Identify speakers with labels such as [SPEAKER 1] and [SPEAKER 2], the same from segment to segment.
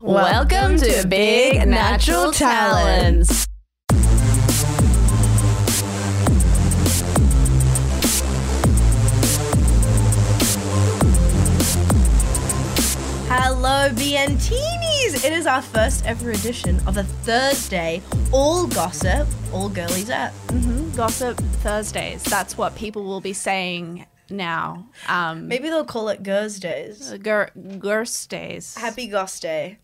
[SPEAKER 1] Welcome to Big Natural Talents.
[SPEAKER 2] Hello, BNTinis! It is our first ever edition of a Thursday all gossip, all girlies at.
[SPEAKER 1] Gossip Thursdays. That's what people will be saying now. Um,
[SPEAKER 2] Maybe they'll call it Girls Days.
[SPEAKER 1] gir- Girstays.
[SPEAKER 2] Happy Goss Day.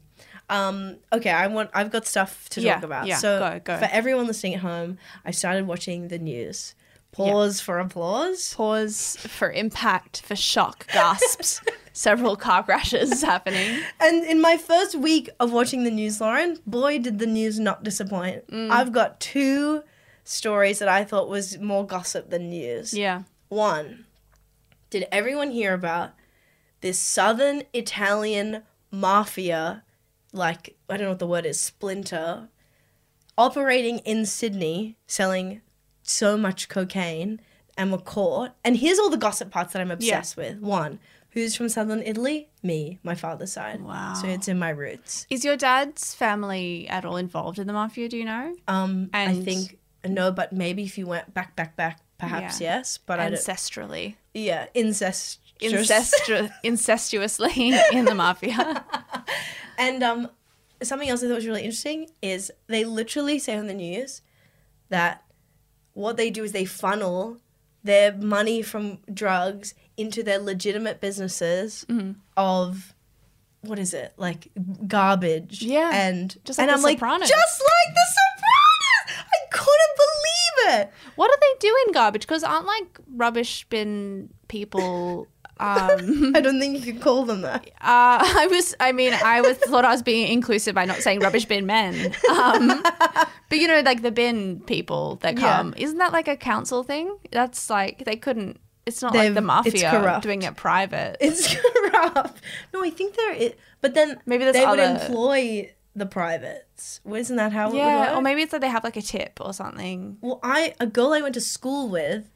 [SPEAKER 2] Um, okay, I want. I've got stuff to
[SPEAKER 1] Yeah,
[SPEAKER 2] talk about.
[SPEAKER 1] yeah,
[SPEAKER 2] so
[SPEAKER 1] go, go.
[SPEAKER 2] for everyone listening at home, I started watching the news. Pause for applause.
[SPEAKER 1] Pause for impact, for shock, gasps. Several car crashes happening.
[SPEAKER 2] And in my first week of watching the news, Lauren, boy, did the news not disappoint.
[SPEAKER 1] Mm.
[SPEAKER 2] I've got two stories that I thought was more gossip than news.
[SPEAKER 1] Yeah.
[SPEAKER 2] One, did everyone hear about this southern Italian mafia, like, I don't know what the word is, splinter, operating in Sydney, selling so much cocaine and were caught? And here's all the gossip parts that I'm obsessed with. One, who's from southern Italy? Me, my father's side.
[SPEAKER 1] Wow.
[SPEAKER 2] So it's in my roots.
[SPEAKER 1] Is your dad's family at all involved in the mafia? Do you know?
[SPEAKER 2] Um, I
[SPEAKER 1] And-
[SPEAKER 2] think, no, but maybe if you went back, back, back, perhaps
[SPEAKER 1] Yeah.
[SPEAKER 2] yes. But I don't.
[SPEAKER 1] Ancestrally.
[SPEAKER 2] Yeah, incest.
[SPEAKER 1] Incestru- incestuously in the mafia.
[SPEAKER 2] And um, something else I thought was really interesting is they literally say on the news that what they do is they funnel their money from drugs into their legitimate businesses
[SPEAKER 1] Mm-hmm.
[SPEAKER 2] of what is it like garbage?
[SPEAKER 1] Yeah.
[SPEAKER 2] and
[SPEAKER 1] Just like
[SPEAKER 2] and
[SPEAKER 1] The
[SPEAKER 2] I'm
[SPEAKER 1] Sopranos.
[SPEAKER 2] like just like the Sopranos. I couldn't believe it.
[SPEAKER 1] What do they do in garbage? Because aren't like rubbish bin people. Um,
[SPEAKER 2] I don't think you could call them that.
[SPEAKER 1] uh, I was, I mean, I was thought I was being inclusive by not saying rubbish bin men. Um, but you know, like the bin people that
[SPEAKER 2] Yeah.
[SPEAKER 1] come, isn't that like a council thing? That's like they couldn't. It's not like
[SPEAKER 2] They've-
[SPEAKER 1] the
[SPEAKER 2] it's
[SPEAKER 1] mafia
[SPEAKER 2] corrupt.
[SPEAKER 1] doing it private.
[SPEAKER 2] It's corrupt. No, I think they're it. But then
[SPEAKER 1] Maybe there's
[SPEAKER 2] they would
[SPEAKER 1] other-
[SPEAKER 2] employ the privates. Isn't that how it would
[SPEAKER 1] yeah, oh
[SPEAKER 2] work?
[SPEAKER 1] or maybe it's that they have like a tip or something.
[SPEAKER 2] well i a girl i went to school with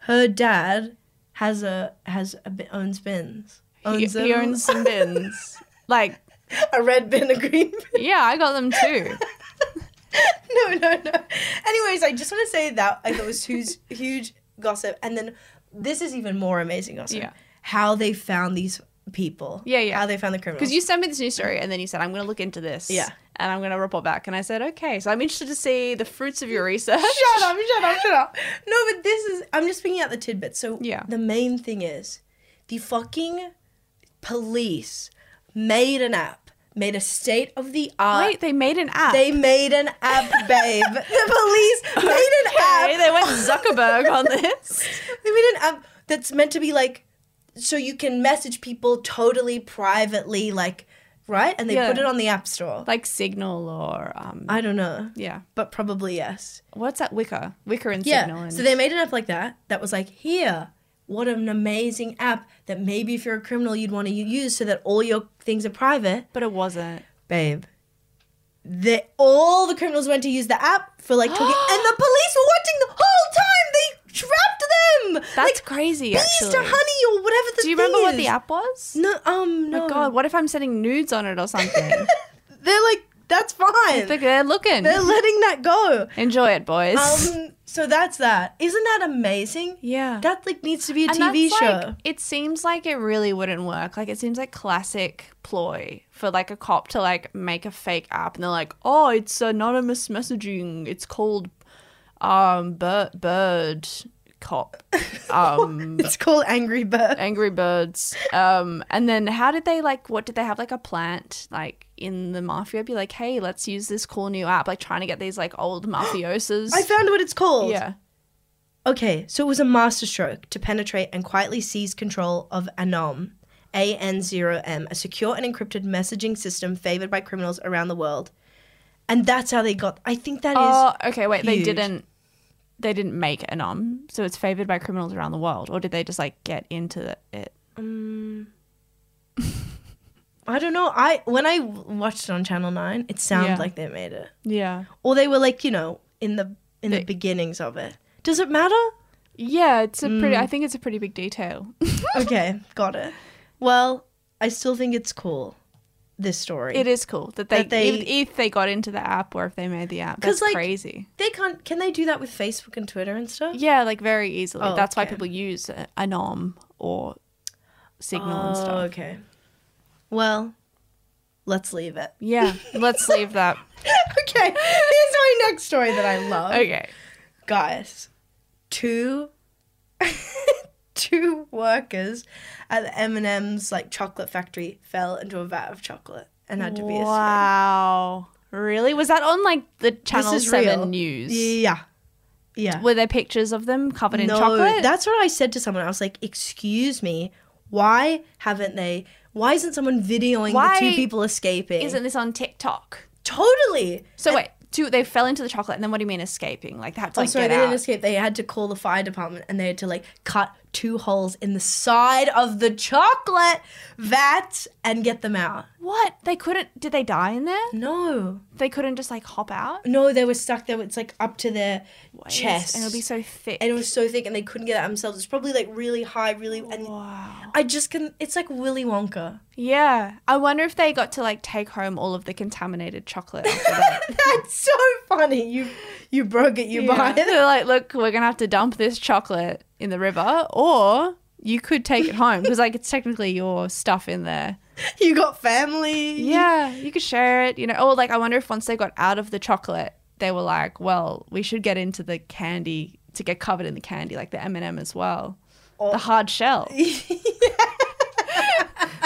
[SPEAKER 2] her dad has a has a bi- owns bins
[SPEAKER 1] He,
[SPEAKER 2] owns
[SPEAKER 1] he
[SPEAKER 2] them.
[SPEAKER 1] owns some bins. like,
[SPEAKER 2] a red bin a green bin
[SPEAKER 1] yeah, I got them too.
[SPEAKER 2] no no no anyways i just want to say that i thought was huge huge gossip and then this is even more amazing gossip
[SPEAKER 1] Yeah.
[SPEAKER 2] how they found these people
[SPEAKER 1] Yeah, yeah.
[SPEAKER 2] how they found the criminals
[SPEAKER 1] Because you sent me this news story and then you said, I'm going to look into this.
[SPEAKER 2] Yeah.
[SPEAKER 1] And I'm going to report back. And I said, okay. So I'm interested to see the fruits of your research.
[SPEAKER 2] shut up, shut up, shut up. No, but this is I'm just picking out the tidbits. So
[SPEAKER 1] Yeah.
[SPEAKER 2] the main thing is the fucking police made an app, made a state of the art.
[SPEAKER 1] Wait, they made an app.
[SPEAKER 2] They made an app, babe. the police made an
[SPEAKER 1] okay,
[SPEAKER 2] app.
[SPEAKER 1] they went Zuckerberg on this.
[SPEAKER 2] They made an app that's meant to be like so you can message people totally privately, like right? And they
[SPEAKER 1] Yeah.
[SPEAKER 2] put it on the app store.
[SPEAKER 1] Like Signal or, um,
[SPEAKER 2] I don't know.
[SPEAKER 1] yeah.
[SPEAKER 2] But probably yes.
[SPEAKER 1] What's that? Wicker. Wicker and
[SPEAKER 2] Yeah.
[SPEAKER 1] Signal. And,
[SPEAKER 2] So they made an app like that that was like, here, what an amazing app that maybe if you're a criminal you'd want to use so that all your things are private.
[SPEAKER 1] but it wasn't.
[SPEAKER 2] Babe. The, all the criminals went to use the app for like talking, and the police were watching the whole time. They trapped them.
[SPEAKER 1] That's
[SPEAKER 2] like,
[SPEAKER 1] crazy,
[SPEAKER 2] bees
[SPEAKER 1] actually.
[SPEAKER 2] to honey or whatever the
[SPEAKER 1] Do you
[SPEAKER 2] thing
[SPEAKER 1] remember what
[SPEAKER 2] is.
[SPEAKER 1] the app was?
[SPEAKER 2] No, um, no.
[SPEAKER 1] Oh my God, what if I'm sending nudes on it or something?
[SPEAKER 2] They're like, that's fine.
[SPEAKER 1] Look, They're looking.
[SPEAKER 2] They're letting that go.
[SPEAKER 1] Enjoy it, boys.
[SPEAKER 2] Um, so that's that. Isn't that amazing?
[SPEAKER 1] yeah.
[SPEAKER 2] That like needs to be a
[SPEAKER 1] And
[SPEAKER 2] TV
[SPEAKER 1] that's,
[SPEAKER 2] show.
[SPEAKER 1] Like, it seems like it really wouldn't work. Like it seems like classic ploy for like a cop to like make a fake app, and they're like, "Oh, it's anonymous messaging. It's called um bird bird cop, um
[SPEAKER 2] It's called Angry Bird.
[SPEAKER 1] Angry Birds." Um, and then how did they like? What did they have like a plant like in the mafia? Be like, "Hey, let's use this cool new app." Like trying to get these like old mafiosos.
[SPEAKER 2] I found what it's called.
[SPEAKER 1] yeah.
[SPEAKER 2] Okay, so it was a masterstroke to penetrate and quietly seize control of Anom, AN0M, a secure and encrypted messaging system favored by criminals around the world. And that's how they got. I think that is.
[SPEAKER 1] Oh, okay. Wait, they
[SPEAKER 2] huge.
[SPEAKER 1] didn't. They didn't make anom, so it's favored by criminals around the world, or did they just like get into it?
[SPEAKER 2] I don't know. I when I watched it on Channel Nine, it sounded
[SPEAKER 1] Yeah.
[SPEAKER 2] like they made it,
[SPEAKER 1] Yeah,
[SPEAKER 2] or they were like you know in the in the
[SPEAKER 1] They-
[SPEAKER 2] beginnings of it. Does it matter?
[SPEAKER 1] yeah. It's a pretty. I think it's a pretty big detail.
[SPEAKER 2] okay, got it. Well, I still think it's cool this story.
[SPEAKER 1] It is cool that they,
[SPEAKER 2] That they-
[SPEAKER 1] if, if they got into the app or if they made the app.
[SPEAKER 2] 'Cause,
[SPEAKER 1] That's
[SPEAKER 2] like-
[SPEAKER 1] crazy.
[SPEAKER 2] They can't. Can they do that with Facebook and Twitter and stuff?
[SPEAKER 1] Yeah, like very easily.
[SPEAKER 2] Oh,
[SPEAKER 1] That's why
[SPEAKER 2] okay.
[SPEAKER 1] people use uh, Anom or Signal and
[SPEAKER 2] Oh,
[SPEAKER 1] stuff.
[SPEAKER 2] okay. Well, let's leave it.
[SPEAKER 1] Yeah, let's leave that.
[SPEAKER 2] okay, here's my next story that I love.
[SPEAKER 1] Okay.
[SPEAKER 2] Guys, two two workers at the M&M's like chocolate factory fell into a vat of chocolate and had to be wow.
[SPEAKER 1] Wow. Really? Was that on like the Channel
[SPEAKER 2] is
[SPEAKER 1] 7
[SPEAKER 2] real.
[SPEAKER 1] news?
[SPEAKER 2] Yeah. Yeah.
[SPEAKER 1] Were there pictures of them covered in chocolate?
[SPEAKER 2] That's what I said to someone. I was like, "Excuse me, why haven't they? Why isn't someone videoing
[SPEAKER 1] Why
[SPEAKER 2] the two people escaping?
[SPEAKER 1] Isn't this on TikTok?
[SPEAKER 2] totally?
[SPEAKER 1] So wait, two, they fell into the chocolate and then what do you mean escaping? Like they had to
[SPEAKER 2] Oh,
[SPEAKER 1] like
[SPEAKER 2] sorry,
[SPEAKER 1] get
[SPEAKER 2] they
[SPEAKER 1] out.
[SPEAKER 2] didn't escape. They had to call the fire department and they had to like cut two holes in the side of the chocolate vat and get them out.
[SPEAKER 1] what? They couldn't did they die in there?
[SPEAKER 2] No,
[SPEAKER 1] They couldn't just like hop out?
[SPEAKER 2] no, they were stuck there. It's like up to their
[SPEAKER 1] Waist,
[SPEAKER 2] chest,
[SPEAKER 1] And it'll be so thick.
[SPEAKER 2] And it was so thick, and they couldn't get out themselves. It's probably like really high, really. And
[SPEAKER 1] wow.
[SPEAKER 2] I just can. It's like Willy Wonka.
[SPEAKER 1] Yeah. I wonder if they got to like take home all of the contaminated chocolate after that.
[SPEAKER 2] That's so funny. You you broke it. You
[SPEAKER 1] Yeah.
[SPEAKER 2] buy it.
[SPEAKER 1] They're like, look, we're gonna have to dump this chocolate in the river, or you could take it home because like it's technically your stuff in there.
[SPEAKER 2] You got family.
[SPEAKER 1] Yeah, you could share it. You know, or like I wonder if once they got out of the chocolate, they were like, well, we should get into the candy to get covered in the candy, like the M and m as well,
[SPEAKER 2] Oh.
[SPEAKER 1] the hard shell.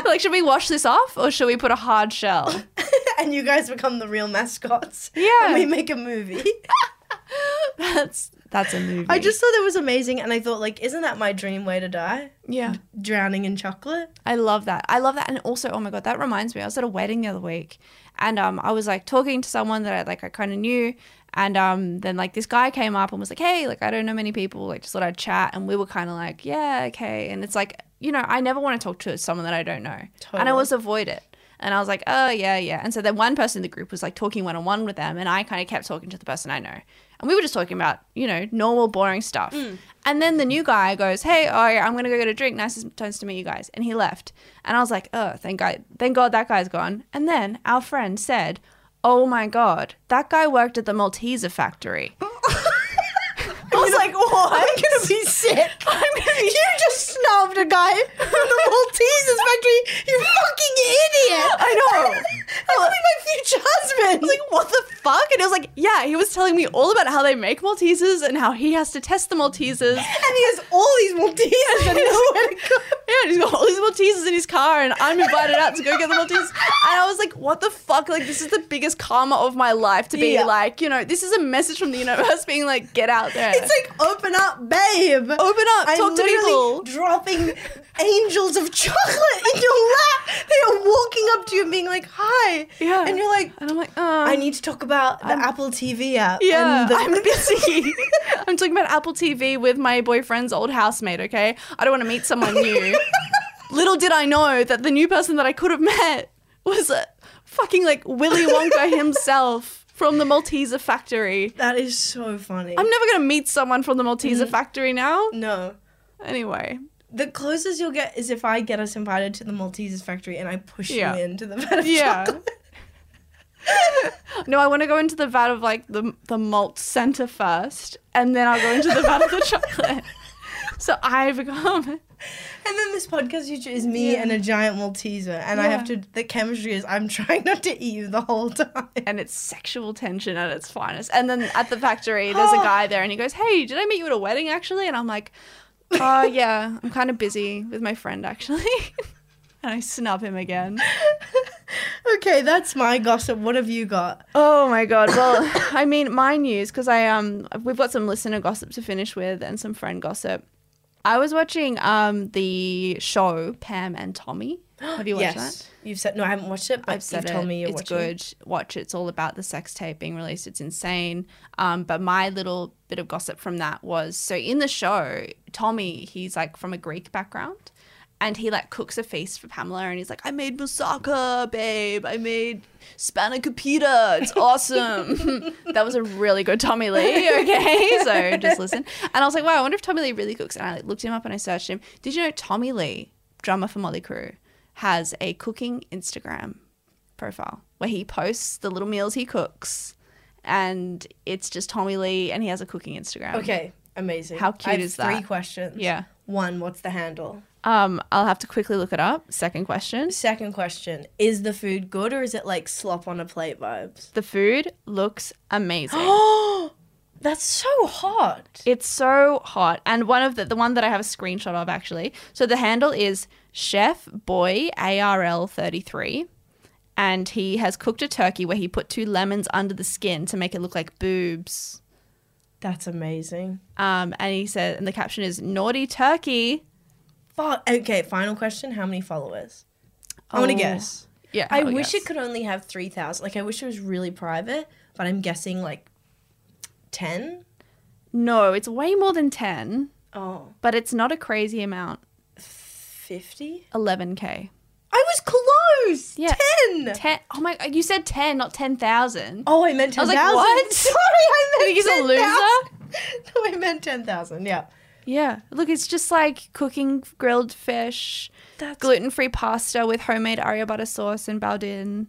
[SPEAKER 1] like, should we wash this off or should we put a hard shell?
[SPEAKER 2] and you guys become the real mascots.
[SPEAKER 1] Yeah.
[SPEAKER 2] And we make a movie.
[SPEAKER 1] that's that's a movie.
[SPEAKER 2] I just thought that was amazing, and I thought, like, isn't that my dream way to die?
[SPEAKER 1] yeah.
[SPEAKER 2] Drowning in chocolate.
[SPEAKER 1] I love that. I love that. And also, oh my god, that reminds me. I was at a wedding the other week, and um, I was like talking to someone that I like I kind of knew, and um, then like this guy came up and was like, "Hey, like I don't know many people. Like just thought I'd chat." And we were kind of like, "Yeah, okay." And it's like you know, I never want to talk to someone that I don't know, and I
[SPEAKER 2] Totally.
[SPEAKER 1] always avoid it. And I was like, "Oh yeah, yeah." And so then one person in the group was like talking one on one with them, and I kind of kept talking to the person I know. And we were just talking about, you know, normal, boring stuff. And then the new guy goes, "Hey, oh, yeah, I'm gonna go get a drink. Nice nice to meet you guys." And he left. And I was like, "Oh, thank God, thank God that guy's gone." And then our friend said, "Oh my God, that guy worked at the Malteser factory."
[SPEAKER 2] I was like, what? I'm gonna be sick. I'm gonna be. You just snubbed a guy from the Maltesers factory. You fucking idiot.
[SPEAKER 1] I know.
[SPEAKER 2] That's gonna be my future
[SPEAKER 1] I
[SPEAKER 2] husband.
[SPEAKER 1] was like, "What the fuck?" And it was like, "Yeah." He was telling me all about how they make Maltesers and how he has to test the Maltesers.
[SPEAKER 2] and he has all these Maltesers. and nowhere to go.
[SPEAKER 1] Yeah, and he's got all these Maltesers in his car, and I'm invited out to go get the Maltesers. And I was like, what the fuck? Like, this is the biggest karma of my life to be
[SPEAKER 2] Yeah.
[SPEAKER 1] like, you know, this is a message from the universe being like, get out there.
[SPEAKER 2] It's like open up, babe.
[SPEAKER 1] open up,
[SPEAKER 2] I'm
[SPEAKER 1] talk to
[SPEAKER 2] literally
[SPEAKER 1] people.
[SPEAKER 2] Dropping angels of chocolate in your lap. They are walking up to you and being like, "Hi,"
[SPEAKER 1] Yeah.
[SPEAKER 2] and you're like,
[SPEAKER 1] And I'm like, oh.
[SPEAKER 2] "I need to talk about the Apple TV app."
[SPEAKER 1] yeah,
[SPEAKER 2] and the-
[SPEAKER 1] I'm busy. I'm talking about Apple TV with my boyfriend's old housemate, okay? I don't want to meet someone new. Little did I know that the new person that I could have met was a fucking like Willy Wonka himself from the Malteser factory.
[SPEAKER 2] That is so funny.
[SPEAKER 1] I'm never gonna meet someone from the Malteser factory now.
[SPEAKER 2] no.
[SPEAKER 1] Anyway,
[SPEAKER 2] The closest you'll get is if I get us invited to the Maltesers factory and I push
[SPEAKER 1] Yeah.
[SPEAKER 2] you into the vat of
[SPEAKER 1] Yeah.
[SPEAKER 2] chocolate.
[SPEAKER 1] no, I want to go into the vat of like the the malt center first, and then I'll go into the vat of the chocolate. So I become
[SPEAKER 2] And then this podcast feature is me
[SPEAKER 1] Yeah.
[SPEAKER 2] and a giant Malteser, and I
[SPEAKER 1] Yeah.
[SPEAKER 2] have to. The chemistry is I'm trying not to eat you the whole time.
[SPEAKER 1] and it's sexual tension at its finest. And then at the factory, there's a guy there, and he goes, "Hey, did I meet you at a wedding actually?" And I'm like, "Oh yeah, I'm kind of busy with my friend actually." and I snub him again.
[SPEAKER 2] okay, that's my gossip. What have you got?
[SPEAKER 1] Oh my god. Well, I mean, my news because I um we've got some listener gossip to finish with and some friend gossip. I was watching um the show Pam and Tommy. Have you watched that?
[SPEAKER 2] you've said no. I haven't watched it, but
[SPEAKER 1] I've said
[SPEAKER 2] you've
[SPEAKER 1] it.
[SPEAKER 2] told me you're
[SPEAKER 1] it's
[SPEAKER 2] watching.
[SPEAKER 1] good. Watch it. It's all about the sex tape being released. It's insane. Um, but my little bit of gossip from that was so in the show, Tommy, he's like from a Greek background. And he like cooks a feast for Pamela, and he's like, "I made moussaka, babe. I made spanakopita. It's awesome." that was a really good Tommy Lee. Okay, so just listen. And I was like, "Wow, I wonder if Tommy Lee really cooks." And I like, looked him up and I searched him. Did you know Tommy Lee, drummer for Molly Crew, has a cooking Instagram profile where he posts the little meals he cooks, and it's just Tommy Lee, and he has a cooking Instagram.
[SPEAKER 2] Okay, amazing.
[SPEAKER 1] How cute
[SPEAKER 2] I have
[SPEAKER 1] is
[SPEAKER 2] Three
[SPEAKER 1] that?
[SPEAKER 2] questions.
[SPEAKER 1] Yeah.
[SPEAKER 2] One, what's the handle?
[SPEAKER 1] Um, I'll have to quickly look it up. Second question.
[SPEAKER 2] Second question, is the food good or is it like slop on a plate vibes?
[SPEAKER 1] The food looks amazing.
[SPEAKER 2] Oh, that's so hot.
[SPEAKER 1] it's so hot. And one of the the one that I have a screenshot of actually. So the handle is Chef Boy ARL 33. And he has cooked a turkey where he put two lemons under the skin to make it look like boobs.
[SPEAKER 2] That's amazing.
[SPEAKER 1] Um, and he said, and the caption is "Naughty Turkey."
[SPEAKER 2] Fuck. Okay, final question, how many followers? I want to
[SPEAKER 1] Oh.
[SPEAKER 2] guess.
[SPEAKER 1] Yeah,
[SPEAKER 2] I wish it could only have 3,000. Like I wish it was really private, but I'm guessing like 10.
[SPEAKER 1] No, it's way more than ten,
[SPEAKER 2] Oh,
[SPEAKER 1] but it's not a crazy amount.
[SPEAKER 2] 50?
[SPEAKER 1] Eleven k.
[SPEAKER 2] I was close.
[SPEAKER 1] Yeah.
[SPEAKER 2] 10.
[SPEAKER 1] Ten. Oh my! You said ten, not ten thousand.
[SPEAKER 2] Oh, I meant
[SPEAKER 1] I
[SPEAKER 2] 10,000.
[SPEAKER 1] was like, what?
[SPEAKER 2] Sorry, I meant
[SPEAKER 1] Think he's a
[SPEAKER 2] 10,000.
[SPEAKER 1] loser?
[SPEAKER 2] no, I meant 10,000. Yeah.
[SPEAKER 1] Yeah. Look, it's just like cooking grilled fish,
[SPEAKER 2] That's
[SPEAKER 1] gluten free pasta with homemade arrabbiata sauce and Baldin.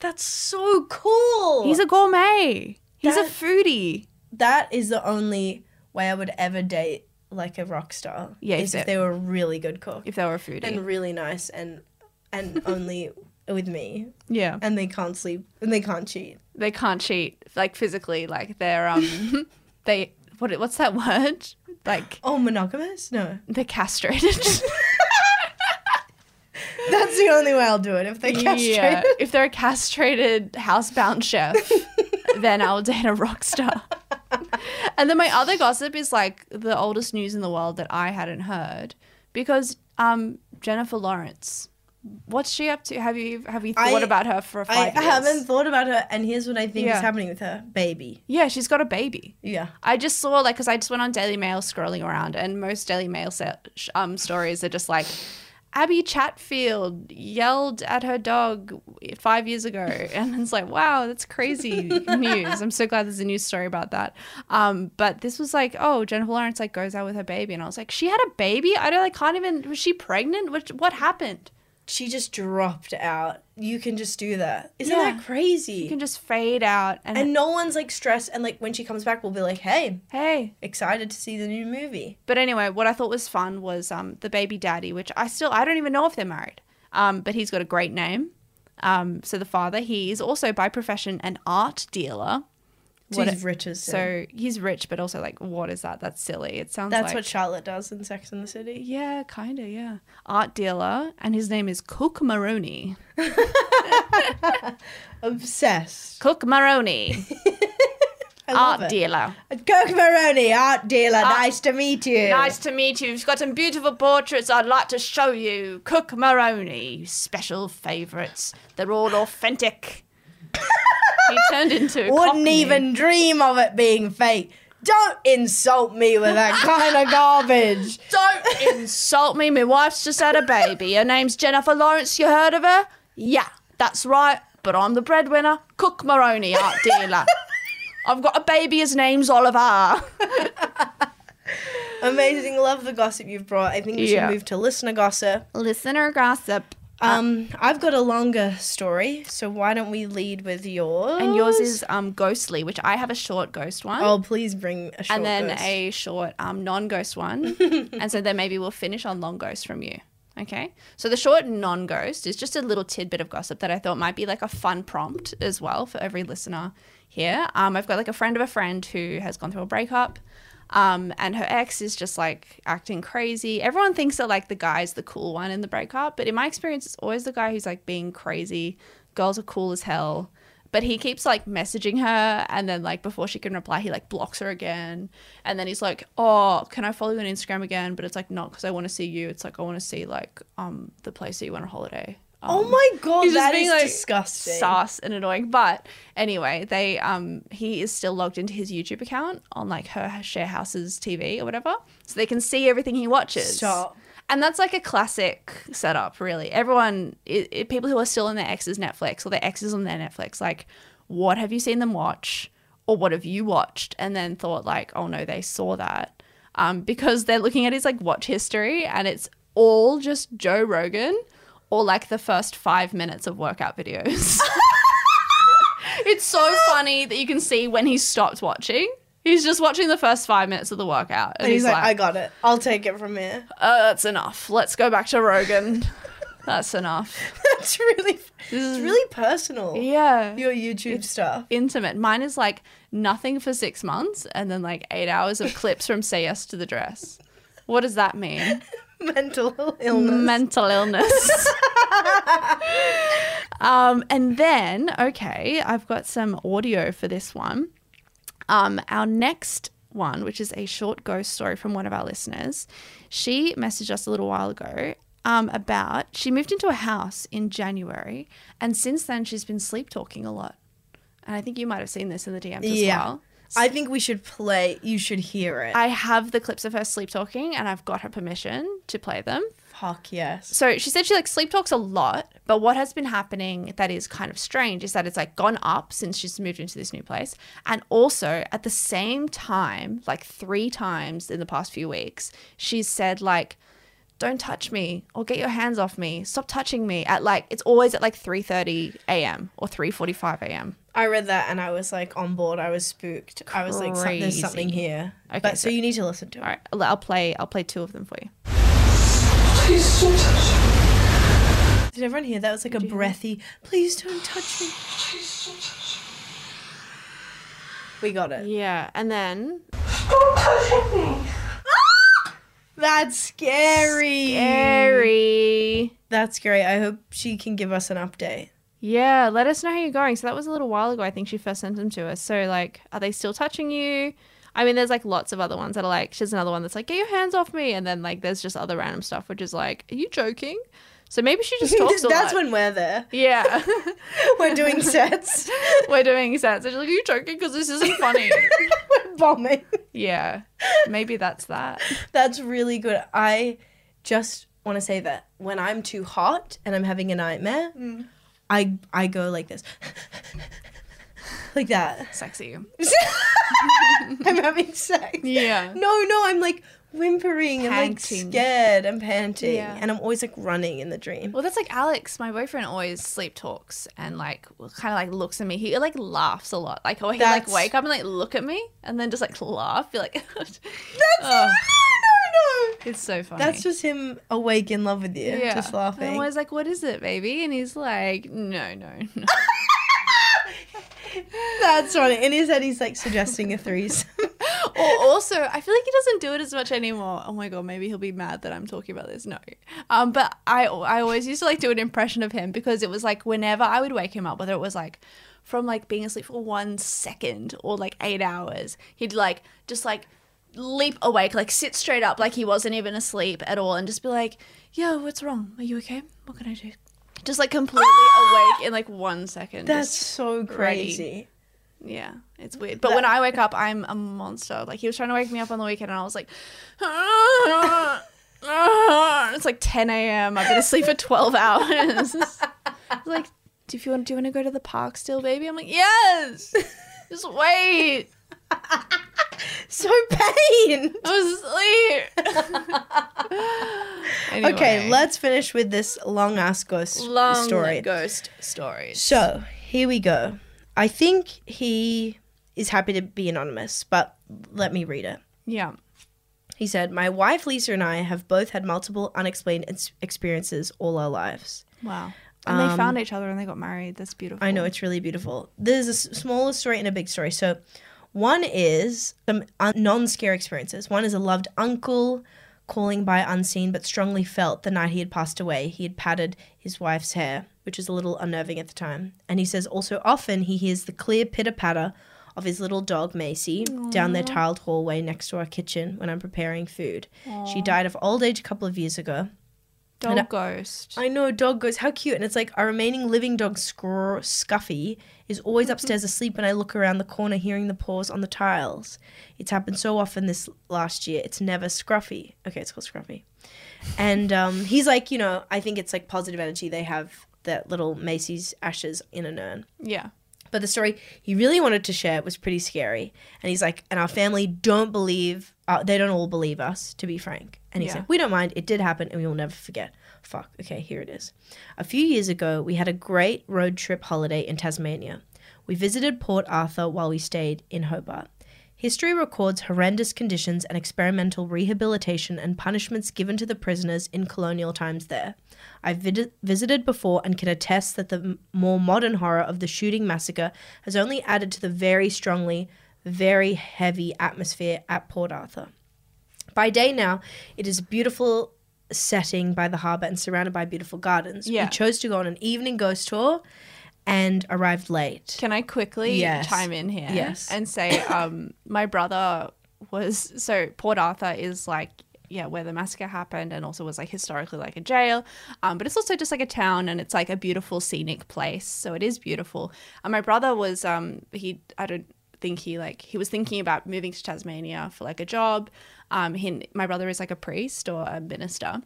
[SPEAKER 2] that's so cool.
[SPEAKER 1] He's a gourmet. He's
[SPEAKER 2] That-
[SPEAKER 1] a foodie.
[SPEAKER 2] that is the only way I would ever date like a rock star.
[SPEAKER 1] Yeah,
[SPEAKER 2] is
[SPEAKER 1] if
[SPEAKER 2] if they were a really good cook
[SPEAKER 1] If they were a foodie.
[SPEAKER 2] and really nice and and only with me
[SPEAKER 1] yeah.
[SPEAKER 2] and they can't sleep and they can't cheat.
[SPEAKER 1] They can't cheat, like physically. Like they're, um, they, what, what's that word? Like
[SPEAKER 2] Oh, monogamous? No.
[SPEAKER 1] they're castrated.
[SPEAKER 2] That's the only way I'll do it if they castrate.
[SPEAKER 1] Yeah. If they're a castrated housebound chef, then I'll date a rock star. and then my other gossip is like the oldest news in the world that I hadn't heard because um Jennifer Lawrence. What's she up to? Have you have you
[SPEAKER 2] I-
[SPEAKER 1] thought about her for
[SPEAKER 2] I,
[SPEAKER 1] five
[SPEAKER 2] I
[SPEAKER 1] years?
[SPEAKER 2] haven't thought about her and here's what I think
[SPEAKER 1] Yeah.
[SPEAKER 2] is happening with her. Baby.
[SPEAKER 1] Yeah, she's got a baby.
[SPEAKER 2] Yeah.
[SPEAKER 1] I just saw like because I just went on Daily Mail scrolling around, and most Daily Mail se- sh- um, stories are just like Abby Chatfield yelled at her dog five years ago, and it's like, wow, that's crazy news. I'm so glad there's a news story about that. Um, but this was like, oh, Jennifer Lawrence like goes out with her baby, and I was like, she had a baby. I don't, I can't even. Was she pregnant? What, what happened?
[SPEAKER 2] She just dropped out. You can just do that. Isn't
[SPEAKER 1] Yeah.
[SPEAKER 2] that crazy?
[SPEAKER 1] You can just fade out, and,
[SPEAKER 2] and no one's like stressed and like when she comes back we'll be like, "Hey,
[SPEAKER 1] hey,
[SPEAKER 2] excited to see the new movie."
[SPEAKER 1] But anyway, what I thought was fun was um, the baby daddy, which I still I don't even know if they're married. Um, but he's got a great name. Um, so the father, he is also by profession an art dealer.
[SPEAKER 2] So
[SPEAKER 1] What
[SPEAKER 2] he's rich as sin.
[SPEAKER 1] So he's rich, but also like, what is that? That's silly. It sounds
[SPEAKER 2] That's
[SPEAKER 1] like
[SPEAKER 2] what Charlotte does in Sex and the City.
[SPEAKER 1] yeah, kind of yeah. Art dealer, and his name is Cook Maroney.
[SPEAKER 2] Obsessed.
[SPEAKER 1] Cook Maroney,
[SPEAKER 2] I love
[SPEAKER 1] art
[SPEAKER 2] it.
[SPEAKER 1] dealer.
[SPEAKER 2] Coke Maroney, art dealer. nice to meet you.
[SPEAKER 1] Ah. Nice to meet you. You've got some beautiful portraits I'd like to show you. Cook Maroney, special favourites. They're all authentic. he turned into a
[SPEAKER 2] Wouldn't
[SPEAKER 1] Cockney.
[SPEAKER 2] even dream of it being fake. Don't insult me with that kind of garbage.
[SPEAKER 1] e- Don't insult me. My wife's just had a baby. Her name's Jennifer Lawrence. You heard of her? Yeah, that's right. But I'm the breadwinner. Cook Maroney, art dealer. I've got a baby. His name's Oliver.
[SPEAKER 2] Amazing. Love the gossip you've brought. I think we should
[SPEAKER 1] Yeah.
[SPEAKER 2] move to listener gossip.
[SPEAKER 1] Listener gossip.
[SPEAKER 2] Um, I've got a longer story, so why don't we lead with yours?
[SPEAKER 1] And yours is um ghostly, which I have a short ghost one.
[SPEAKER 2] Oh, please bring a short
[SPEAKER 1] and then
[SPEAKER 2] verse.
[SPEAKER 1] a short um, non-ghost one and so then maybe we'll finish on long ghost from you okay so the short non-ghost is just a little tidbit of gossip that i thought might be like a fun prompt as well for every listener here um, i've got like a friend of a friend who has gone through a breakup um, and her ex is just like acting crazy everyone thinks that like the guy's the cool one in the breakup but in my experience it's always the guy who's like being crazy girls are cool as hell but he keeps like messaging her and then like before she can reply he like blocks her again and then he's like oh can i follow you on instagram again but it's like not because i want to see you it's like i want to see like um the place that you went on holiday um,
[SPEAKER 2] Oh my god,
[SPEAKER 1] He's just
[SPEAKER 2] that
[SPEAKER 1] being,
[SPEAKER 2] is
[SPEAKER 1] like,
[SPEAKER 2] disgusting.
[SPEAKER 1] sus and annoying but anyway they um he is still logged into his youtube account on like her share house's tv or whatever so they can see everything he watches
[SPEAKER 2] Stop.
[SPEAKER 1] and that's like a classic setup, really. Everyone, i i people who are still on their ex's Netflix or their exes on their Netflix, like, what have you seen them watch or what have you watched? And then thought, like, oh no, they saw that. Um, because they're looking at his like watch history and it's all just Joe Rogan or like the first five minutes of workout videos. it's so funny that you can see when he stopped watching. He's just watching the first five minutes of the workout, and,
[SPEAKER 2] And he's like, I got it. I'll take it from here.
[SPEAKER 1] "Oh, that's enough. Let's go back to Rogan. that's enough."
[SPEAKER 2] That's really, it's really personal.
[SPEAKER 1] Yeah.
[SPEAKER 2] Your YouTube stuff.
[SPEAKER 1] intimate. Mine is like nothing for six months and then like eight hours of clips from Say Yes to the Dress. What does that mean?
[SPEAKER 2] Mental illness.
[SPEAKER 1] Mental illness. um, and then, okay, I've got some audio for this one. Um, our next one, which is a short ghost story from one of our listeners, she messaged us a little while ago um, about she moved into a house in January, and since then she's been sleep talking a lot. And I think you might have seen this in the DMs as
[SPEAKER 2] Yeah.
[SPEAKER 1] well.
[SPEAKER 2] I think we should play. You should hear it.
[SPEAKER 1] I have the clips of her sleep talking, and I've got her permission to play them.
[SPEAKER 2] Fuck yes.
[SPEAKER 1] So she said she like sleep talks a lot, but what has been happening that is kind of strange is that it's like gone up since she's moved into this new place. And also at the same time, like three times in the past few weeks, she's said like, don't touch me or get your hands off me. Stop touching me at like it's always at like 3:30 a.m. or 3:45 a.m.
[SPEAKER 2] I read that and I was like on board. I was spooked. I was like, some- there's something
[SPEAKER 1] Crazy.
[SPEAKER 2] here.
[SPEAKER 1] Okay,
[SPEAKER 2] but so
[SPEAKER 1] so-
[SPEAKER 2] you need to listen to it.
[SPEAKER 1] All right, I'll- I'll play I'll play two of them for you.
[SPEAKER 3] Please don't touch me.
[SPEAKER 2] Did everyone hear that? It was like a breathy, please don't touch me.
[SPEAKER 3] Please don't touch me.
[SPEAKER 2] We got it.
[SPEAKER 1] Yeah, and then
[SPEAKER 3] Stop touching me.
[SPEAKER 2] That's scary.
[SPEAKER 1] Gary.
[SPEAKER 2] That's great. I hope she can give us an update.
[SPEAKER 1] Yeah, let us know how you're going. So that was a little while ago. I think she first sent them to us. So like, are they still touching you? I mean, there's like lots of other ones that are like. She's another one that's like, get your hands off me, and then like, there's just other random stuff which is like, are you joking? So maybe she just talks a
[SPEAKER 2] That's
[SPEAKER 1] lot.
[SPEAKER 2] when we're there.
[SPEAKER 1] Yeah,
[SPEAKER 2] We're doing sets.
[SPEAKER 1] we're doing sets. She's like, are you joking? Because this isn't funny.
[SPEAKER 2] We're bombing.
[SPEAKER 1] yeah, maybe that's that.
[SPEAKER 2] That's really good. I just want to say that when I'm too hot and I'm having a nightmare, I I go like this. like that.
[SPEAKER 1] Sexy.
[SPEAKER 2] I'm having sex.
[SPEAKER 1] Yeah.
[SPEAKER 2] No, no, I'm like whimpering and
[SPEAKER 1] Panting.
[SPEAKER 2] like scared and panting.
[SPEAKER 1] Yeah.
[SPEAKER 2] And I'm always like running in the dream.
[SPEAKER 1] Well, that's like Alex, my boyfriend, always sleep talks and like kind of like looks at me. He like laughs a lot. Like, or he
[SPEAKER 2] That's-
[SPEAKER 1] like wake up and like look at me and then just like laugh. Be like, that's Oh,
[SPEAKER 2] no, no, no.
[SPEAKER 1] it's so funny.
[SPEAKER 2] That's just him awake in love with you, just laughing.
[SPEAKER 1] And I was like, "What is it, baby?" And he's like, "No, no, no."
[SPEAKER 2] That's funny. In his head, he's like suggesting a threesome.
[SPEAKER 1] or also, I feel like he doesn't do it as much anymore. Oh my god, maybe he'll be mad that I'm talking about this. No, um, but I I always used to like do an impression of him because it was like whenever I would wake him up, whether it was like from like being asleep for one second or like eight hours, he'd like just like leap awake, like sit straight up, like he wasn't even asleep at all, and just be like, "Yo, what's wrong? Are you okay? What can I do?" Just like completely awake in like one second.
[SPEAKER 2] That's
[SPEAKER 1] Just-
[SPEAKER 2] so crazy.
[SPEAKER 1] yeah, it's weird. But when I wake up, I'm a monster. Like he was trying to wake me up on the weekend, and I was like, it's like 10 a.m. I've been asleep for 12 hours. He's like, do you want do you want to go to the park still, baby? I'm like, yes. Just wait.
[SPEAKER 2] So pain.
[SPEAKER 1] I was asleep. Anyway,
[SPEAKER 2] Okay, let's finish with this long ass ghost
[SPEAKER 1] long
[SPEAKER 2] story.
[SPEAKER 1] ghost stories.
[SPEAKER 2] So here we go. I think he is happy to be anonymous, but let me read it.
[SPEAKER 1] Yeah.
[SPEAKER 2] He said, My wife Lisa and I have both had multiple unexplained ex- experiences all our lives.
[SPEAKER 1] Wow. And they found each other and they got married. That's beautiful.
[SPEAKER 2] Um, I know it's really beautiful. There's a s- smaller story and a big story. So, one is some un- non scare experiences. One is a loved uncle calling by unseen but strongly felt the night he had passed away. He had patted his wife's hair, which is a little unnerving at the time. And he says also often he hears the clear pitter patter of his little dog Macy down their tiled hallway next to our kitchen when I'm preparing food. She died of old age a couple of years ago.
[SPEAKER 1] Dog
[SPEAKER 2] I know-
[SPEAKER 1] ghost.
[SPEAKER 2] I know, dog goes, how cute. And it's like, our remaining living dog, Scr- Scuffy, is always upstairs asleep when I look around the corner hearing the paws on the tiles. It's happened so often this last year. It's never Scruffy. Okay, it's called Scruffy. And um, he's like, you know, I think it's like positive energy. They have that little Macy's ashes in an urn.
[SPEAKER 1] yeah.
[SPEAKER 2] But the story he really wanted to share was pretty scary. And he's like, and our family don't believe, uh, they don't all believe us, to be frank. And he's
[SPEAKER 1] Yeah.
[SPEAKER 2] like, we don't mind. It did happen and we will never forget. Fuck, okay, here it is. A few years ago, we had a great road trip holiday in Tasmania. We visited Port Arthur while we stayed in Hobart. History records horrendous conditions and experimental rehabilitation and punishments given to the prisoners in colonial times there. I've vid- visited before and can attest that the m- more modern horror of the shooting massacre has only added to the very strongly, very heavy atmosphere at Port Arthur. By day now, it is a beautiful setting by the harbour and surrounded by beautiful gardens.
[SPEAKER 1] Yeah.
[SPEAKER 2] We chose to go on an evening ghost tour and arrived late.
[SPEAKER 1] Can I quickly
[SPEAKER 2] Yes.
[SPEAKER 1] chime in here?
[SPEAKER 2] Yes.
[SPEAKER 1] And say, um, my brother was so Port Arthur is like yeah where the massacre happened and also was like historically like a jail um, but it's also just like a town and it's like a beautiful scenic place so it is beautiful and my brother was um he i don't think he like he was thinking about moving to tasmania for like a job um he, my brother is like a priest or a minister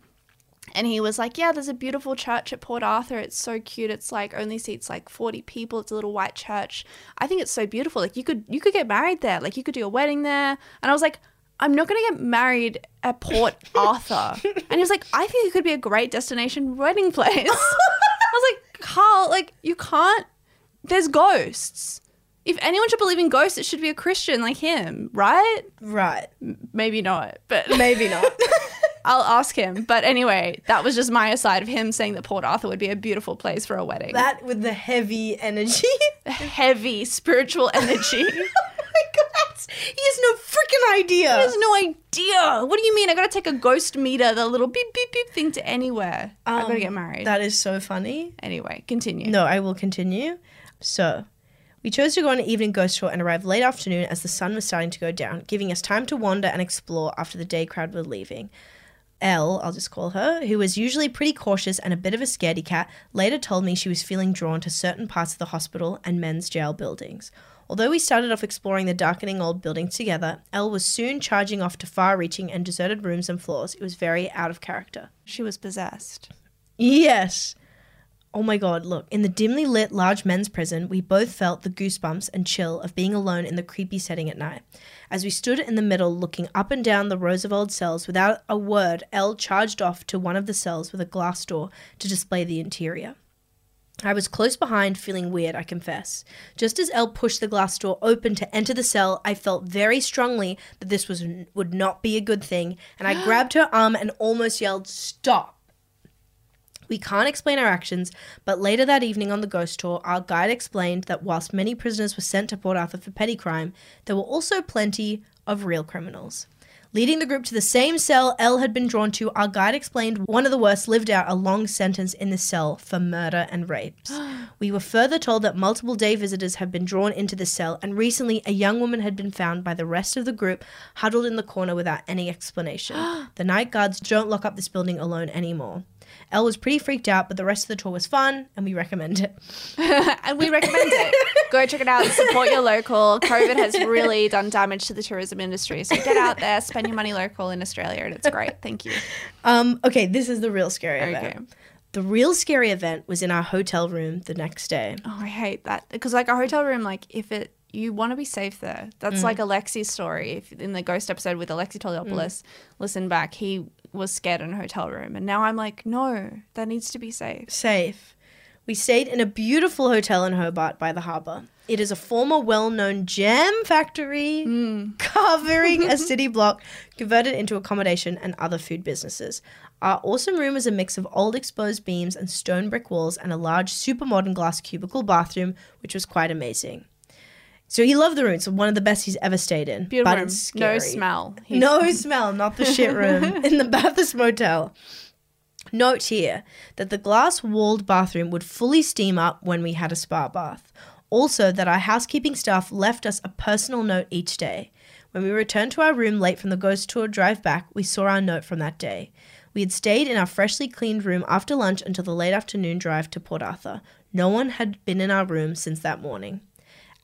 [SPEAKER 1] and he was like, Yeah, there's a beautiful church at Port Arthur. It's so cute. It's like only seats like 40 people. It's a little white church. I think it's so beautiful. Like you could you could get married there. Like you could do a wedding there. And I was like, I'm not gonna get married at Port Arthur. And he was like, I think it could be a great destination wedding place. I was like, Carl, like you can't there's ghosts. If anyone should believe in ghosts, it should be a Christian like him, right?
[SPEAKER 2] Right.
[SPEAKER 1] Maybe not, but
[SPEAKER 2] Maybe not.
[SPEAKER 1] I'll ask him. But anyway, that was just my aside of him saying that Port Arthur would be a beautiful place for a wedding.
[SPEAKER 2] that with the heavy energy.
[SPEAKER 1] Heavy spiritual energy.
[SPEAKER 2] oh my god. He has no freaking idea.
[SPEAKER 1] He has no idea. What do you mean? I gotta take a ghost meter, the little beep beep beep thing to anywhere. I gotta
[SPEAKER 2] Um,
[SPEAKER 1] get married.
[SPEAKER 2] That is so funny.
[SPEAKER 1] anyway, continue.
[SPEAKER 2] No, I will continue. So, we chose to go on an evening ghost tour and arrived late afternoon as the sun was starting to go down, giving us time to wander and explore after the day crowd were leaving. Elle, I'll just call her, who was usually pretty cautious and a bit of a scaredy cat, later told me she was feeling drawn to certain parts of the hospital and men's jail buildings. Although we started off exploring the darkening old buildings together, Elle was soon charging off to far reaching and deserted rooms and floors. It was very out of character.
[SPEAKER 1] She was possessed.
[SPEAKER 2] Yes. Oh my god, look. In the dimly lit large men's prison, we both felt the goosebumps and chill of being alone in the creepy setting at night. As we stood in the middle looking up and down the rows of old cells, without a word, L charged off to one of the cells with a glass door to display the interior. I was close behind, feeling weird, I confess. Just as Elle pushed the glass door open to enter the cell, I felt very strongly that this was would not be a good thing, and I grabbed her arm and almost yelled, "Stop!" We can't explain our actions, but later that evening on the ghost tour, our guide explained that whilst many prisoners were sent to Port Arthur for petty crime, there were also plenty of real criminals. Leading the group to the same cell L had been drawn to, our guide explained one of the worst lived out a long sentence in the cell for murder and rapes. we were further told that multiple day visitors had been drawn into the cell, and recently a young woman had been found by the rest of the group huddled in the corner without any explanation. the night guards don't lock up this building alone anymore. Elle was pretty freaked out, but the rest of the tour was fun, and we recommend it.
[SPEAKER 1] and we recommend it. Go check it out. Support your local. COVID has really done damage to the tourism industry. So get out there, spend your money local in Australia, and it's great. Thank you.
[SPEAKER 2] Um, okay, this is the real scary event.
[SPEAKER 1] Okay.
[SPEAKER 2] The real scary event was in our hotel room the next day.
[SPEAKER 1] Oh, I hate that because like a hotel room, like if it you want to be safe there. That's like
[SPEAKER 2] Mm.
[SPEAKER 1] Alexi's story. If in the ghost episode with Alexi Toliopoulos, listen back, he was scared in a hotel room, and now I'm like, no, that needs to be safe.
[SPEAKER 2] Safe. We stayed in a beautiful hotel in Hobart by the harbour. It is a former well known jam factory
[SPEAKER 1] Mm.
[SPEAKER 2] covering a city block converted into accommodation and other food businesses. Our awesome room is a mix of old exposed beams and stone brick walls and a large super modern glass cubicle bathroom, which was quite amazing. So he loved the room. It's one of the best he's ever stayed in.
[SPEAKER 1] Beautiful
[SPEAKER 2] but
[SPEAKER 1] room,
[SPEAKER 2] it's
[SPEAKER 1] no
[SPEAKER 2] scary.
[SPEAKER 1] smell. He's-
[SPEAKER 2] No smell, not the shit room in the Bathurst Motel. Note here that the glass walled bathroom would fully steam up when we had a spa bath. Also, that our housekeeping staff left us a personal note each day. When we returned to our room late from the ghost tour drive back, we saw our note from that day. We had stayed in our freshly cleaned room after lunch until the late afternoon drive to Port Arthur. No one had been in our room since that morning.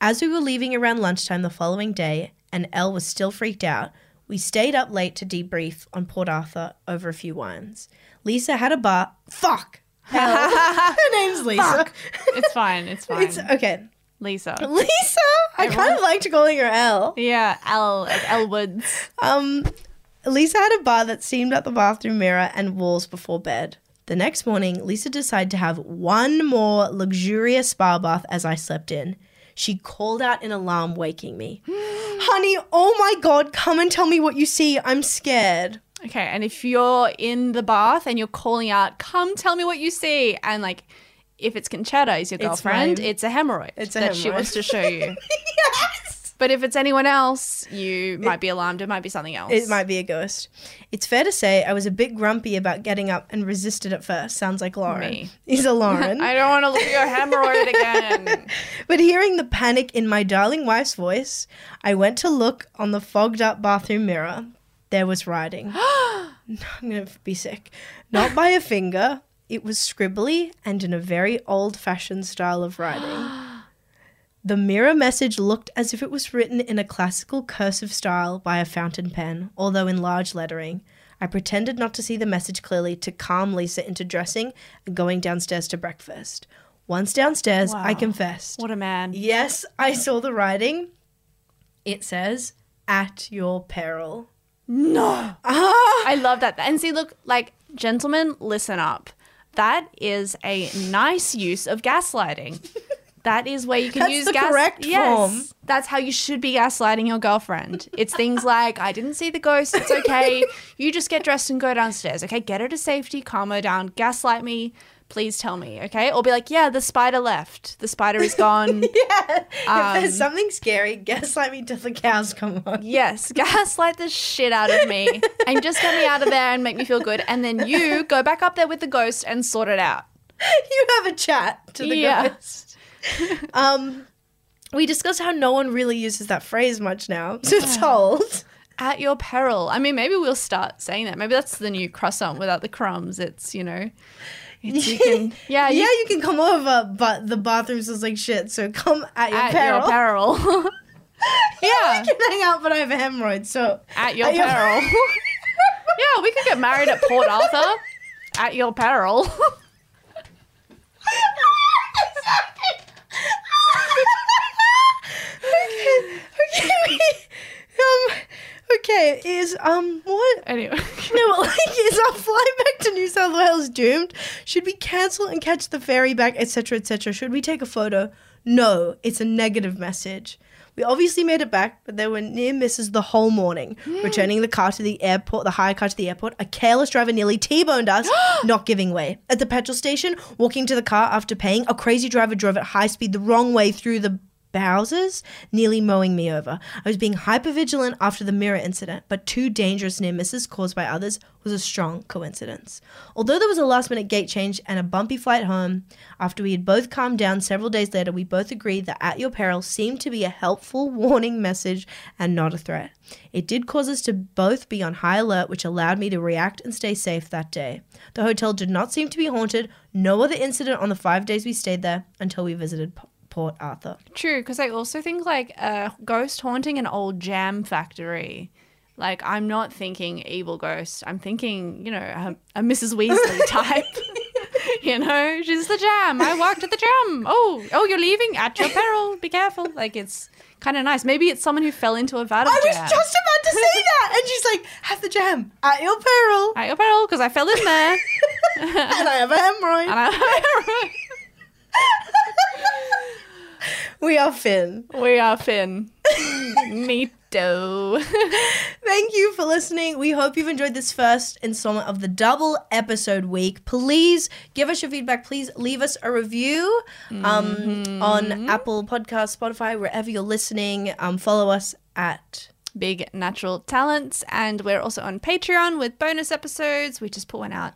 [SPEAKER 2] As we were leaving around lunchtime the following day, and Elle was still freaked out, we stayed up late to debrief on Port Arthur over a few wines. Lisa had a bar. Fuck! Hell. Her name's Lisa.
[SPEAKER 1] it's fine. It's fine.
[SPEAKER 2] It's okay.
[SPEAKER 1] Lisa.
[SPEAKER 2] Lisa! I kind of liked calling her Elle.
[SPEAKER 1] Yeah, L like L Woods.
[SPEAKER 2] Um, Lisa had a bar that steamed up the bathroom mirror and walls before bed. The next morning, Lisa decided to have one more luxurious spa bath as I slept in. She called out an alarm, waking me. Honey, oh my god, come and tell me what you see. I'm scared.
[SPEAKER 1] Okay, and if you're in the bath and you're calling out, "Come, tell me what you see," and like, if it's Conchetta is your girlfriend, it's,
[SPEAKER 2] fine.
[SPEAKER 1] a hemorrhoid
[SPEAKER 2] It's a
[SPEAKER 1] that she
[SPEAKER 2] hemorrhoid.
[SPEAKER 1] wants to show you.
[SPEAKER 2] yes!
[SPEAKER 1] but if it's anyone else, you might be alarmed. It might be something else.
[SPEAKER 2] It might be a ghost. It's fair to say I was a bit grumpy about getting up and resisted at first. Sounds like Lauren.
[SPEAKER 1] Me.
[SPEAKER 2] He's a Lauren.
[SPEAKER 1] I don't want to look at your hemorrhoid again.
[SPEAKER 2] But hearing the panic in my darling wife's voice, I went to look on the fogged up bathroom mirror. There was writing. I'm going to be sick. Not by a finger. It was scribbly and in a very old fashioned style of writing. The mirror message looked as if it was written in a classical cursive style by a fountain pen, although in large lettering. I pretended not to see the message clearly to calm Lisa into dressing and going downstairs to breakfast. Once downstairs, I
[SPEAKER 1] Wow.
[SPEAKER 2] confessed.
[SPEAKER 1] What a man.
[SPEAKER 2] Yes, I saw the writing. It says, at your peril.
[SPEAKER 1] No.
[SPEAKER 2] Ah!
[SPEAKER 1] I love that. And see, look, like, gentlemen, listen up. That is a nice use of gaslighting. That is where you can
[SPEAKER 2] That's
[SPEAKER 1] use
[SPEAKER 2] the
[SPEAKER 1] gas.
[SPEAKER 2] correct form.
[SPEAKER 1] Yes, that's how you should be gaslighting your girlfriend. It's things like, "I didn't see the ghost. It's okay. You just get dressed and go downstairs. Okay, get her to safety. Calm her down. Gaslight me. Please tell me. Okay, or be like, "Yeah, the spider left. The spider is gone.
[SPEAKER 2] Yeah. if there's
[SPEAKER 1] Um,
[SPEAKER 2] something scary, gaslight me till the cows come on.
[SPEAKER 1] Yes, gaslight the shit out of me and just get me out of there and make me feel good. And then you go back up there with the ghost and sort it out.
[SPEAKER 2] You have a chat to the
[SPEAKER 1] Yeah.
[SPEAKER 2] ghost. um, we discussed how no one really uses that phrase much now. So it's
[SPEAKER 1] Ah,
[SPEAKER 2] old.
[SPEAKER 1] At your peril. I mean, maybe we'll start saying that. Maybe that's the new croissant without the crumbs. It's, you know, it's, you can, yeah, you,
[SPEAKER 2] yeah, you can come over, but the bathrooms is like shit. So come at your
[SPEAKER 1] at
[SPEAKER 2] peril.
[SPEAKER 1] your peril. yeah,
[SPEAKER 2] I can hang out, but I have a hemorrhoid. So
[SPEAKER 1] at your peril. yeah, we could get married at Port Arthur. At your peril.
[SPEAKER 2] okay, okay, um, okay, is, um, what?
[SPEAKER 1] anyway.
[SPEAKER 2] No, but like, is our flight back to New South Wales doomed? Should we cancel and catch the ferry back, etc., etc.? Should we take a photo? No, it's a negative message. We obviously made it back, but there were near misses the whole morning. Returning the car to the airport, the hire car to the airport, a careless driver nearly T-boned us, not giving way. At the petrol station, walking to the car after paying, a crazy driver drove at high speed the wrong way through the Bowsers nearly mowing me over. I was being hypervigilant after the mirror incident, but two dangerous near misses caused by others was a strong coincidence. Although there was a last minute gate change and a bumpy flight home, after we had both calmed down several days later, we both agreed that at your peril seemed to be a helpful warning message and not a threat. It did cause us to both be on high alert, which allowed me to react and stay safe that day. The hotel did not seem to be haunted, no other incident on the five days we stayed there until we visited P- Port Arthur.
[SPEAKER 1] True, because I also think like a ghost haunting an old jam factory. Like I'm not thinking evil ghost. I'm thinking you know a, a Mrs. Weasley type. you know, she's the jam. I worked at the jam. Oh, oh, you're leaving at your peril. Be careful. Like it's kind of nice. Maybe it's someone who fell into a vat of
[SPEAKER 2] I was
[SPEAKER 1] jam.
[SPEAKER 2] just about to say that. And she's like, have the jam at your peril.
[SPEAKER 1] at your peril because I fell in there.
[SPEAKER 2] and I have a hemorrhoid.
[SPEAKER 1] and I-
[SPEAKER 2] we are Finn.
[SPEAKER 1] we are Finn. Me too.
[SPEAKER 2] Thank you for listening. We hope you've enjoyed this first installment of the double episode week. Please give us your feedback. Please leave us a review um,
[SPEAKER 1] Mm-hmm.
[SPEAKER 2] on Apple Podcasts, Spotify, wherever you're listening. Um, follow us at.
[SPEAKER 1] big natural talents and we're also on patreon with bonus episodes we just put one out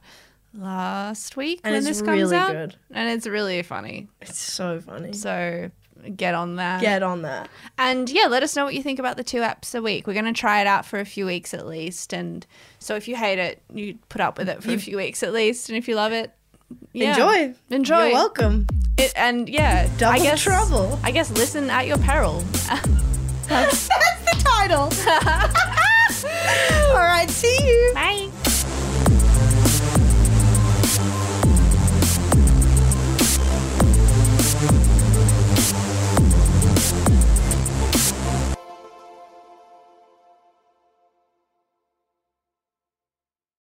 [SPEAKER 1] last week
[SPEAKER 2] And
[SPEAKER 1] when
[SPEAKER 2] it's
[SPEAKER 1] this comes
[SPEAKER 2] really
[SPEAKER 1] out
[SPEAKER 2] good.
[SPEAKER 1] and it's really funny
[SPEAKER 2] It's so funny.
[SPEAKER 1] so get on that
[SPEAKER 2] Get on that.
[SPEAKER 1] and yeah let us know what you think about the two apps a week we're going to try it out for a few weeks at least and so if you hate it you put up with it for a few weeks at least and if you love it yeah.
[SPEAKER 2] Mm-hmm. Enjoy.
[SPEAKER 1] enjoy
[SPEAKER 2] You're welcome.
[SPEAKER 1] it, and yeah i
[SPEAKER 2] Double
[SPEAKER 1] guess
[SPEAKER 2] trouble.
[SPEAKER 1] i guess listen at your peril
[SPEAKER 2] That's the title. All right, see you.
[SPEAKER 1] bye